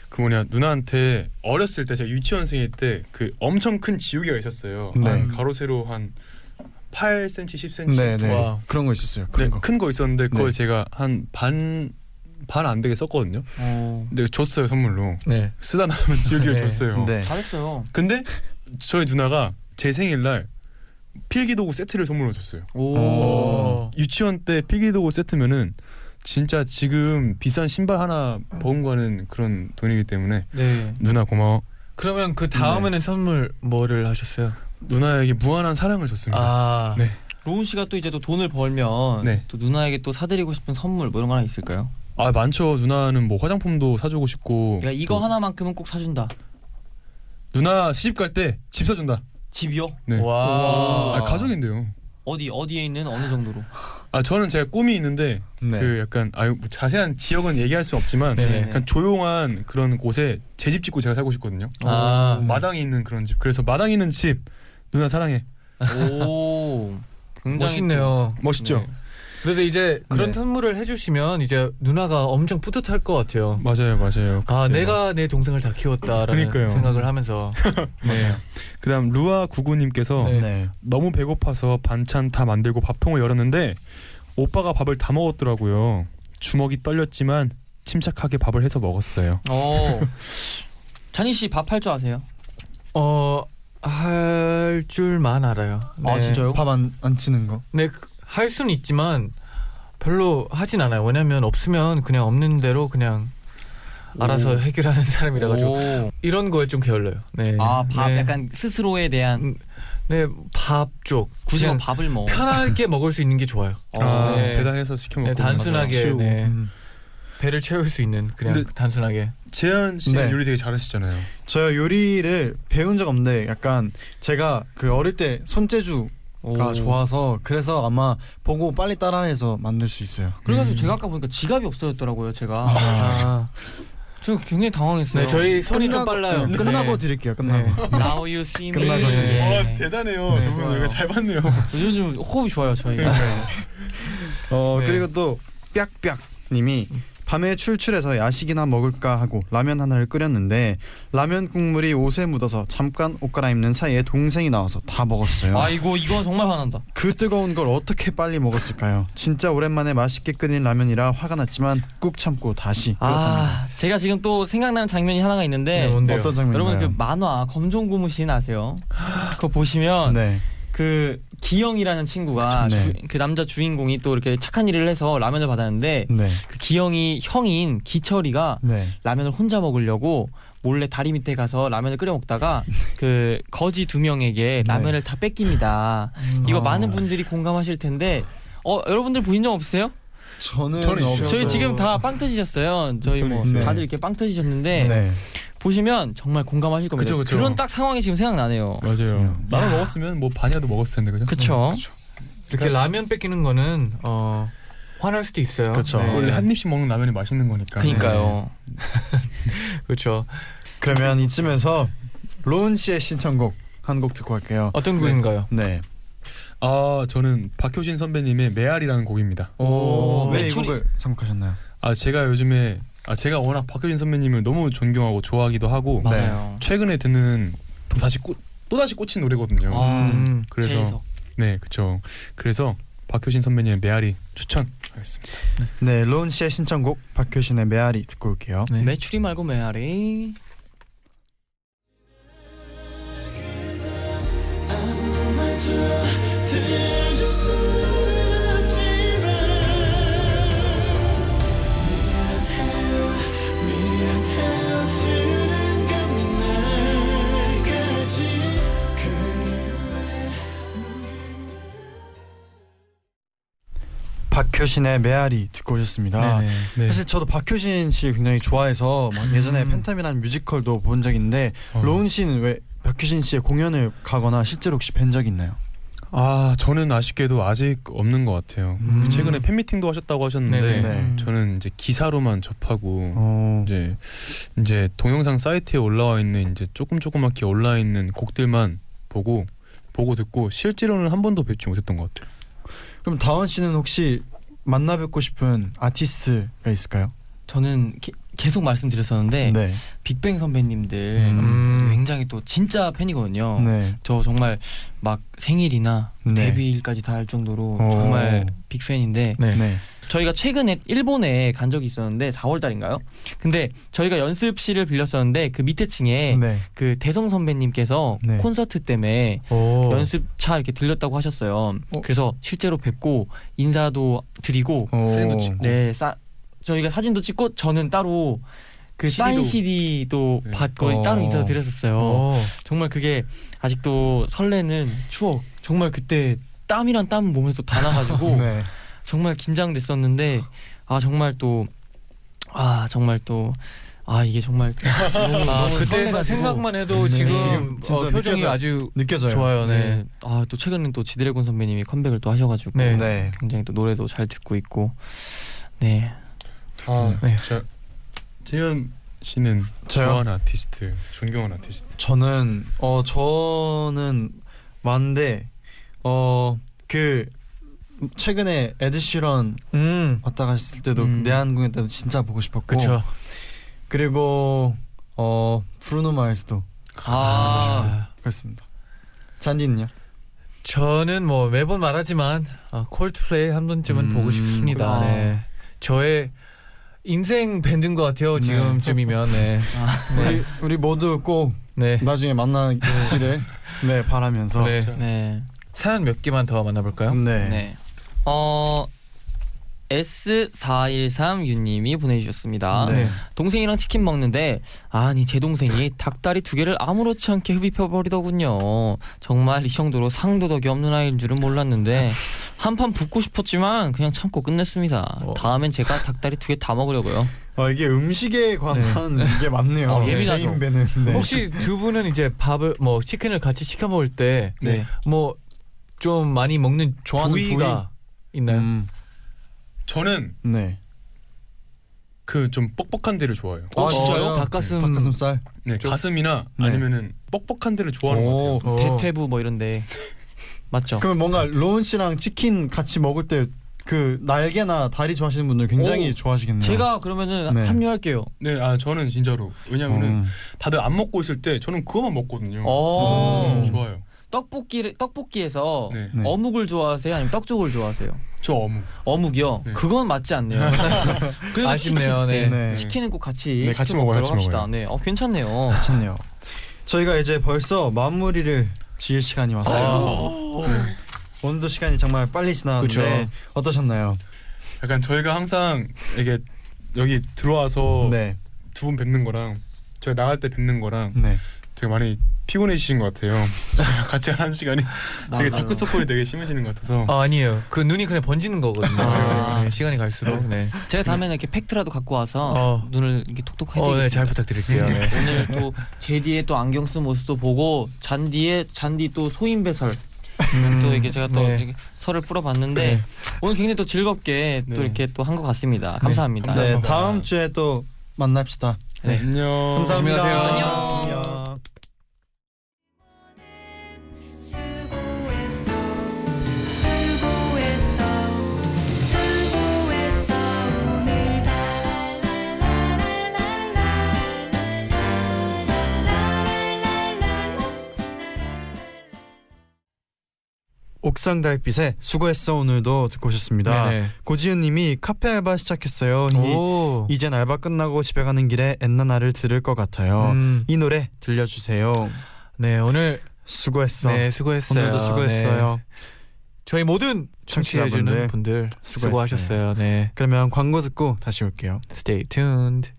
Speaker 6: 그 뭐냐 누나한테 어렸을 때 제가 유치원생일 때 그 엄청 큰 지우개가 있었어요.
Speaker 4: 네.
Speaker 6: 한 가로 세로 한 8cm, 10cm.
Speaker 4: 네, 네.
Speaker 2: 와.
Speaker 4: 그런 거 있었어요.
Speaker 6: 큰
Speaker 4: 네, 그런
Speaker 6: 거.
Speaker 4: 거.
Speaker 6: 큰거 있었는데
Speaker 4: 네.
Speaker 6: 그걸 제가 한 반 반 안 되게 썼거든요.
Speaker 5: 어,
Speaker 6: 근데 네, 줬어요 선물로.
Speaker 2: 네.
Speaker 6: 쓰다 남은 지우개를
Speaker 2: 네.
Speaker 6: 줬어요.
Speaker 4: 네.
Speaker 5: 잘했어요.
Speaker 6: 근데 저희 누나가 제 생일날 필기도구 세트를 선물로 줬어요.
Speaker 2: 오.
Speaker 6: 유치원 때 필기도구 세트면은 진짜 지금 비싼 신발 하나 버금가는 그런 돈이기 때문에
Speaker 2: 네.
Speaker 6: 누나 고마워.
Speaker 2: 그러면 그 다음에는 선물 뭐를 하셨어요?
Speaker 6: 누나에게 무한한 사랑을 줬습니다.
Speaker 2: 아.
Speaker 6: 네.
Speaker 5: 로운 씨가 또 이제 또 돈을 벌면
Speaker 6: 네.
Speaker 5: 또 누나에게 또 사드리고 싶은 선물 뭐 이런 거 하나 있을까요?
Speaker 6: 아 많죠. 누나는 뭐 화장품도 사주고 싶고.
Speaker 2: 어,
Speaker 5: 내가 그러니까 이거
Speaker 6: 또
Speaker 5: 하나만큼은 꼭 사준다.
Speaker 6: 누나 시집 갈 때 집 사준다.
Speaker 5: 집이요?
Speaker 6: 네.
Speaker 2: 와.
Speaker 6: 아, 가족인데요.
Speaker 5: 어디 어디에 있는 어느 정도로?
Speaker 6: 아 저는 제가 꿈이 있는데
Speaker 4: 네.
Speaker 6: 그 약간 아유 뭐 자세한 지역은 얘기할 수 없지만
Speaker 2: 네.
Speaker 6: 약간 조용한 그런 곳에 제 집 짓고 제가 살고 싶거든요.
Speaker 2: 아.
Speaker 6: 마당이 있는 그런 집. 그래서 마당 있는 집 누나 사랑해.
Speaker 5: 오, 굉장히
Speaker 2: 멋있네요.
Speaker 6: 멋있죠?
Speaker 5: 네.
Speaker 2: 그래도 이제 그런
Speaker 4: 네.
Speaker 2: 선물을 해주시면 이제 누나가 엄청 뿌듯할 것 같아요.
Speaker 6: 맞아요, 맞아요.
Speaker 2: 아,
Speaker 6: 그때
Speaker 2: 내가 내 동생을 다 키웠다라는
Speaker 6: 네. 그러니까요.
Speaker 2: 생각을 하면서. 네.
Speaker 6: 막- 그다음 루아 구구님께서
Speaker 2: 네.
Speaker 4: 네.
Speaker 6: 너무 배고파서 반찬 다 만들고 밥통을 열었는데 오빠가 밥을 다 먹었더라고요. 주먹이 떨렸지만 침착하게 밥을 해서 먹었어요.
Speaker 5: 또. 오, 찬희 씨 밥 할 줄 아세요?
Speaker 2: 어, 할 줄만 알아요. 네.
Speaker 4: 밥안 안 치는 거.
Speaker 2: 네, 그- 할 수는 있지만 별로 하진 않아요. 왜냐면 없으면 그냥 없는 대로 그냥 알아서 해결하는 사람이라 가지고
Speaker 5: 오.
Speaker 2: 이런 거에 좀 게을러요. 네.
Speaker 5: 아, 밥
Speaker 2: 네.
Speaker 5: 약간 스스로에 대한
Speaker 2: 음, 네, 밥 쪽.
Speaker 5: 굳이 뭐
Speaker 2: 그냥
Speaker 4: 네.
Speaker 5: 밥을 먹어. 어.
Speaker 2: 편하게 먹을 수 있는 게 네. 좋아요.
Speaker 6: 아,
Speaker 2: 네.
Speaker 6: 배달해서 시켜
Speaker 4: 음,
Speaker 6: 먹고
Speaker 2: 네, 단순하게
Speaker 6: 치우고.
Speaker 4: 예.
Speaker 2: 네. 배를 채울 수 있는 그냥
Speaker 6: 근데-
Speaker 2: 단순하게.
Speaker 6: 재현 씨
Speaker 4: 네.
Speaker 6: 요리 되게 잘하시잖아요.
Speaker 4: 저 요리를 배운 적 없는데 약간 제가 그 어릴 때 손재주가
Speaker 5: 오.
Speaker 4: 좋아서 그래서 아마 보고 빨리 따라해서 만들 수 있어요.
Speaker 5: 그래가지고 제가 아까 보니까 지갑이 없어졌더라고요. 제가
Speaker 2: 음. 아.
Speaker 5: 저 굉장히 당황했어요.
Speaker 2: 네, 저희 손이 좀
Speaker 4: 끝나고-
Speaker 2: 빨라요.
Speaker 4: 네, 끝나고
Speaker 2: 네.
Speaker 4: 드릴게요. 끝나고.
Speaker 5: Now you see me.
Speaker 4: 끝나거든요.
Speaker 5: 네.
Speaker 6: 아, 어, 대단해요.
Speaker 2: 네.
Speaker 6: 두분 이거 잘 봤네요.
Speaker 5: 요즘 좀 호흡이 좋아요. 저희가.
Speaker 4: 어
Speaker 2: 네.
Speaker 4: 그리고 또 빽빽 님이 밤에 출출해서 야식이나 먹을까 하고 라면 하나를 끓였는데 라면 국물이 옷에 묻어서 잠깐 옷 갈아입는 사이에 동생이 나와서 다 먹었어요.
Speaker 5: 아이고 이건 정말 화난다.
Speaker 4: 그 뜨거운 걸 어떻게 빨리 먹었을까요? 진짜 오랜만에 맛있게 끓인 라면이라 화가 났지만 꾹 참고 다시 끓였답니다.
Speaker 5: 아, 제가 지금 또 생각나는 장면이 하나가
Speaker 2: 네,
Speaker 5: 있는데
Speaker 2: 뭔데요?
Speaker 4: 어떤 장면인가요?
Speaker 5: 여러분 그 만화 검정 고무신 아세요? 그거 보시면
Speaker 4: 네.
Speaker 5: 그 기영이라는 친구가
Speaker 4: 그쵸, 네.
Speaker 5: 주- 그 남자 주인공이 또 이렇게 착한 일을 해서 라면을 받았는데
Speaker 4: 네.
Speaker 5: 그 기영이 형인 기철이가
Speaker 4: 네.
Speaker 5: 라면을 혼자 먹으려고 몰래 다리 밑에 가서 라면을 끓여 먹다가
Speaker 4: 네.
Speaker 5: 그 거지 두 명에게 라면을 다 뺏깁니다.
Speaker 4: 음.
Speaker 5: 이거
Speaker 4: 아.
Speaker 5: 많은 분들이 공감하실 텐데 어 여러분들 보신 적 없으세요?
Speaker 4: 저는
Speaker 6: 저는 없어요.
Speaker 5: 저희 지금 다 빵 터지셨어요. 저희 뭐
Speaker 4: 있어요.
Speaker 5: 다들 이렇게 빵 터지셨는데
Speaker 4: 네.
Speaker 5: 보시면 정말 공감하실 겁니다.
Speaker 6: 그쵸, 그쵸.
Speaker 5: 런딱 상황이 지금 생각나네요.
Speaker 6: 맞아요. 나만 먹었으면 뭐 반이라도 먹었을 텐데 그죠?
Speaker 5: 그쵸?
Speaker 2: 이렇게 라면 뺏기는 거는 어 화날 수도 있어요.
Speaker 4: 그쵸.
Speaker 2: 네.
Speaker 6: 원래 한 입씩 먹는 라면이 맛있는 거니까.
Speaker 5: 그러니까. 그니까요.
Speaker 2: 그렇죠.
Speaker 4: 그러면 이쯤에서 로운 씨의 신청곡 한 곡 듣고 갈게요.
Speaker 2: 어떤 곡인가요?
Speaker 4: 네.
Speaker 6: 아 저는 박효신 선배님의 메아리라는 곡입니다.
Speaker 2: 오.
Speaker 4: 왜 이
Speaker 5: 매출이-
Speaker 4: 곡을 선곡하셨나요?
Speaker 6: 아 제가 요즘에 아 제가 워낙 박효신 선배님을 너무 존경하고 좋아하기도 하고
Speaker 5: 맞아요.
Speaker 6: 최근에 듣는 또 다시 꽂또 다시 꽂힌 노래거든요.
Speaker 5: 아,
Speaker 2: 음,
Speaker 6: 네. 그래서
Speaker 5: 재석.
Speaker 6: 네 그쵸. 그래서 박효신 선배님의 메아리 추천하겠습니다.
Speaker 4: 네, 로운 씨의 신청곡 네.
Speaker 5: 네.
Speaker 4: 박효신의 메아리 듣고 올게요.
Speaker 2: 네.
Speaker 5: 매출이 말고 메아리.
Speaker 1: 그
Speaker 4: 박효신의 메아리 듣고 오셨습니다.
Speaker 6: 네네. 네.
Speaker 4: 사실 저도 박효신 씨 굉장히 좋아해서 막 예전에
Speaker 2: 음.
Speaker 4: 팬텀이라는 뮤지컬도 본 적 있는데
Speaker 6: 어.
Speaker 4: 로운 씨는 왜 박효신 씨의 공연을 가거나 실제로 혹시 뵌 적 있나요?
Speaker 6: 아 저는 아쉽게도 아직 없는 것 같아요.
Speaker 2: 음.
Speaker 6: 최근에 팬미팅도 하셨다고 하셨는데
Speaker 2: 네네.
Speaker 4: 네.
Speaker 6: 저는 이제 기사로만 접하고
Speaker 4: 어.
Speaker 6: 이제 이제 동영상 사이트에 올라와 있는 이제 조금 조그맣게 올라 있는 곡들만 보고 보고 듣고 실제로는 한 번도 뵙지 못했던 것 같아요.
Speaker 4: 그럼 다원 씨는 혹시 만나 뵙고 싶은 아티스트가 있을까요?
Speaker 5: 저는 게- 계속 말씀드렸었는데
Speaker 4: 네.
Speaker 5: 빅뱅 선배님들
Speaker 2: 음.
Speaker 5: 굉장히 또 진짜 팬이거든요.
Speaker 4: 네.
Speaker 5: 저 정말 막 생일이나
Speaker 4: 네.
Speaker 5: 데뷔일까지 다 할 정도로
Speaker 4: 오.
Speaker 5: 정말 빅팬인데
Speaker 2: 네.
Speaker 4: 네.
Speaker 5: 저희가 최근에 일본에 간 적이 있었는데 4월 달인가요? 근데 저희가 연습실을 빌렸었는데 그 밑에 층에
Speaker 4: 네.
Speaker 5: 그 대성 선배님께서
Speaker 4: 네.
Speaker 5: 콘서트 때문에
Speaker 2: 오.
Speaker 5: 연습차 이렇게 들렸다고 하셨어요.
Speaker 4: 어.
Speaker 5: 그래서 실제로 뵙고 인사도 드리고
Speaker 4: 사진도
Speaker 5: 네, 싸, 저희가 사진도 찍고 저는 따로 그
Speaker 6: CD 도.
Speaker 5: 사인 CD도
Speaker 6: 네.
Speaker 5: 받고
Speaker 4: 어.
Speaker 5: 따로 인사 드렸었어요.
Speaker 2: 오.
Speaker 5: 정말 그게 아직도 설레는 추억. 정말 그때 땀이란 땀 몸에서 다 나가지고
Speaker 4: 네.
Speaker 5: 정말 긴장됐었는데 아 정말 또 아 정말 또 아 이게 정말 너무,
Speaker 2: 아,
Speaker 5: 너무
Speaker 2: 그때가
Speaker 5: 설레가지고.
Speaker 2: 생각만 해도
Speaker 4: 네.
Speaker 2: 지금,
Speaker 4: 지금 진짜
Speaker 2: 어, 표정이
Speaker 4: 느껴져요.
Speaker 2: 아주
Speaker 4: 느껴져요.
Speaker 2: 좋아요. 네.
Speaker 5: 네. 아 또 최근에 또 지드래곤 선배님이 컴백을 또 하셔가지고
Speaker 2: 네.
Speaker 4: 네.
Speaker 5: 굉장히 또 노래도 잘 듣고 있고 네
Speaker 6: 아,
Speaker 2: 네.
Speaker 6: 저 재현 씨는
Speaker 4: 저요?
Speaker 6: 좋아하는 아티스트, 존경하는 아티스트.
Speaker 4: 저는 어 저는 만데 어, 어그 최근에 에드시런
Speaker 2: 음.
Speaker 4: 왔다 갔을 때도
Speaker 5: 음.
Speaker 4: 내한 공연 때도 진짜 보고 싶었고
Speaker 2: 그렇죠.
Speaker 4: 리고어 브루노 마일스도
Speaker 5: 아,
Speaker 4: 그렇습니다. 잔디는요?
Speaker 2: 저는 뭐 매번 말하지만 아, 콜드플레이 한 번쯤은
Speaker 4: 음,
Speaker 2: 보고 싶습니다.
Speaker 5: 아.
Speaker 2: 네. 저의 인생 밴드인 것 같아요.
Speaker 4: 네.
Speaker 2: 지금쯤이면 네. 네.
Speaker 5: 아,
Speaker 4: 우리 우리 모두 꼭
Speaker 2: 네.
Speaker 4: 나중에 만나기를 네 바라면서
Speaker 2: 네.
Speaker 5: 네.
Speaker 2: 사연 몇 개만 더 만나볼까요?
Speaker 4: 네.
Speaker 5: 네. 어 S413 유님이 보내주셨습니다.
Speaker 4: 네.
Speaker 5: 동생이랑 치킨 먹는데 아니 제 동생이 닭다리 두 개를 아무렇지 않게 흡입해 버리더군요. 정말 이 정도로 상도덕이 없는 아이인 줄은 몰랐는데 한판 붙고 싶었지만 그냥 참고 끝냈습니다.
Speaker 2: 어.
Speaker 5: 다음엔 제가 닭다리 두 개 다 먹으려고요.
Speaker 4: 어 이게 음식에 관한 이게 맞네요.
Speaker 5: 어, 예민하죠.
Speaker 4: 개인 배는 네.
Speaker 2: 혹시 두 분은 이제 밥을 뭐 치킨을 같이 시켜 먹을
Speaker 5: 네.
Speaker 2: 때 뭐 좀 많이 먹는 좋아하는
Speaker 4: 부위?
Speaker 2: 부위가 있나요?
Speaker 4: 음,
Speaker 6: 저는
Speaker 4: 네.
Speaker 6: 그 좀 뻑뻑한 데를 좋아해요.
Speaker 4: 어,
Speaker 2: 어, 닭가슴.
Speaker 4: 닭가슴살.
Speaker 6: 네,
Speaker 2: 좀-
Speaker 6: 가슴이나
Speaker 4: 네.
Speaker 6: 아니면은 뻑뻑한 데를 좋아하는 것 같아요.
Speaker 2: 어.
Speaker 5: 대퇴부 뭐 이런데 맞죠?
Speaker 4: 그러면 뭔가 로운 씨랑 치킨 같이 먹을 때 그 날개나 다리 좋아하시는 분들 굉장히
Speaker 5: 오,
Speaker 4: 좋아하시겠네요.
Speaker 5: 제가 그러면은
Speaker 4: 네.
Speaker 5: 합류할게요.
Speaker 6: 네, 아 저는 진짜로 왜냐면은
Speaker 4: 음.
Speaker 6: 다들 안 먹고 있을 때 저는 그거만 먹거든요.
Speaker 5: 어.
Speaker 4: 음.
Speaker 6: 좋아요.
Speaker 5: 떡볶이를 떡볶이에서
Speaker 6: 네.
Speaker 4: 네.
Speaker 5: 어묵을 좋아하세요? 아니면 떡 쪽을 좋아하세요?
Speaker 6: 저 어묵.
Speaker 5: 어묵이요?
Speaker 6: 네.
Speaker 5: 그건 맞지 않네요. 그래도
Speaker 2: 아쉽네요. 네.
Speaker 5: 치킨,
Speaker 4: 네.
Speaker 5: 치킨은 꼭 같이
Speaker 6: 네, 같이 먹어요, 같이
Speaker 5: 합시다.
Speaker 6: 먹어요.
Speaker 5: 네, 어 괜찮네요.
Speaker 4: 좋네요. 저희가 이제 벌써 마무리를 지을 시간이 왔어요. 네. 오늘도 시간이 정말 빨리 지나는데
Speaker 2: 그쵸.
Speaker 4: 어떠셨나요?
Speaker 6: 약간 저희가 항상 이게 여기 들어와서
Speaker 4: 네,
Speaker 6: 두 분 뵙는 거랑 저희 나갈 때 뵙는 거랑
Speaker 4: 네,
Speaker 6: 되게 많이 피곤해지신 것 같아요. 같이 하는 시간이 되게 다크서클이 되게 심해지는 것 같아서.
Speaker 2: 아, 아니에요. 그 눈이 그냥 번지는 거거든요.
Speaker 5: 아.
Speaker 2: 네, 시간이 갈수록 네.
Speaker 5: 제가 다음에는 이렇게 팩트라도 갖고 와서
Speaker 2: 어.
Speaker 5: 눈을 이렇게 톡톡
Speaker 2: 어, 네,
Speaker 5: 해드리겠습니다.
Speaker 2: 잘 부탁드릴게요. 네.
Speaker 5: 오늘 또 제디의 또 안경 쓴 모습도 보고 잔디의 잔디 또 소인 배설 또 이렇게 제가 또
Speaker 2: 네.
Speaker 5: 이렇게 설을 풀어봤는데 오늘 굉장히 또 즐겁게 또
Speaker 6: 네.
Speaker 5: 이렇게 또 한 것 같습니다. 감사합니다.
Speaker 4: 네. 다음 주에 또 만납시다.
Speaker 5: 네.
Speaker 6: 안녕.
Speaker 4: 감사합니다.
Speaker 2: 조심히 가세요.
Speaker 5: 안녕.
Speaker 4: 안녕.
Speaker 7: 수고했어 수고했어 수고했어 오늘 다
Speaker 4: 옥상 달빛에 수고했어 오늘도 듣고 오셨습니다.
Speaker 2: 네네.
Speaker 4: 고지윤님이 카페 알바 시작했어요. 이,
Speaker 2: 오.
Speaker 4: 이젠 알바 끝나고 집에 가는 길에 엔나나를 들을 것 같아요.
Speaker 2: 음.
Speaker 4: 이 노래 들려주세요.
Speaker 2: 네, 오늘
Speaker 4: 수고했어.
Speaker 2: 네, 수고했어요.
Speaker 4: 오늘도
Speaker 2: 네.
Speaker 4: 수고했어요.
Speaker 2: 저희 모든 청취해 주는
Speaker 4: 청취자분들
Speaker 2: 분들
Speaker 4: 수고했어요.
Speaker 2: 수고하셨어요. 네.
Speaker 4: 그러면 광고 듣고 다시 올게요.
Speaker 2: Stay tuned.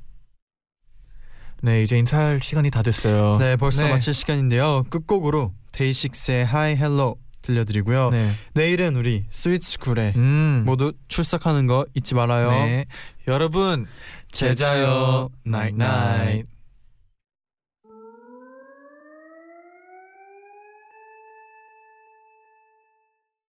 Speaker 2: 네, 이제 인사할 시간이 다 됐어요.
Speaker 4: 네, 벌써
Speaker 2: 네.
Speaker 4: 마칠 시간인데요. 끝곡으로 데이식스의 Hi Hello 들려드리고요.
Speaker 2: 네.
Speaker 4: 내일은 우리 스윗스쿨에
Speaker 2: 음.
Speaker 4: 모두 출석하는 거 잊지 말아요.
Speaker 2: 네. 여러분 제자요 나잇나잇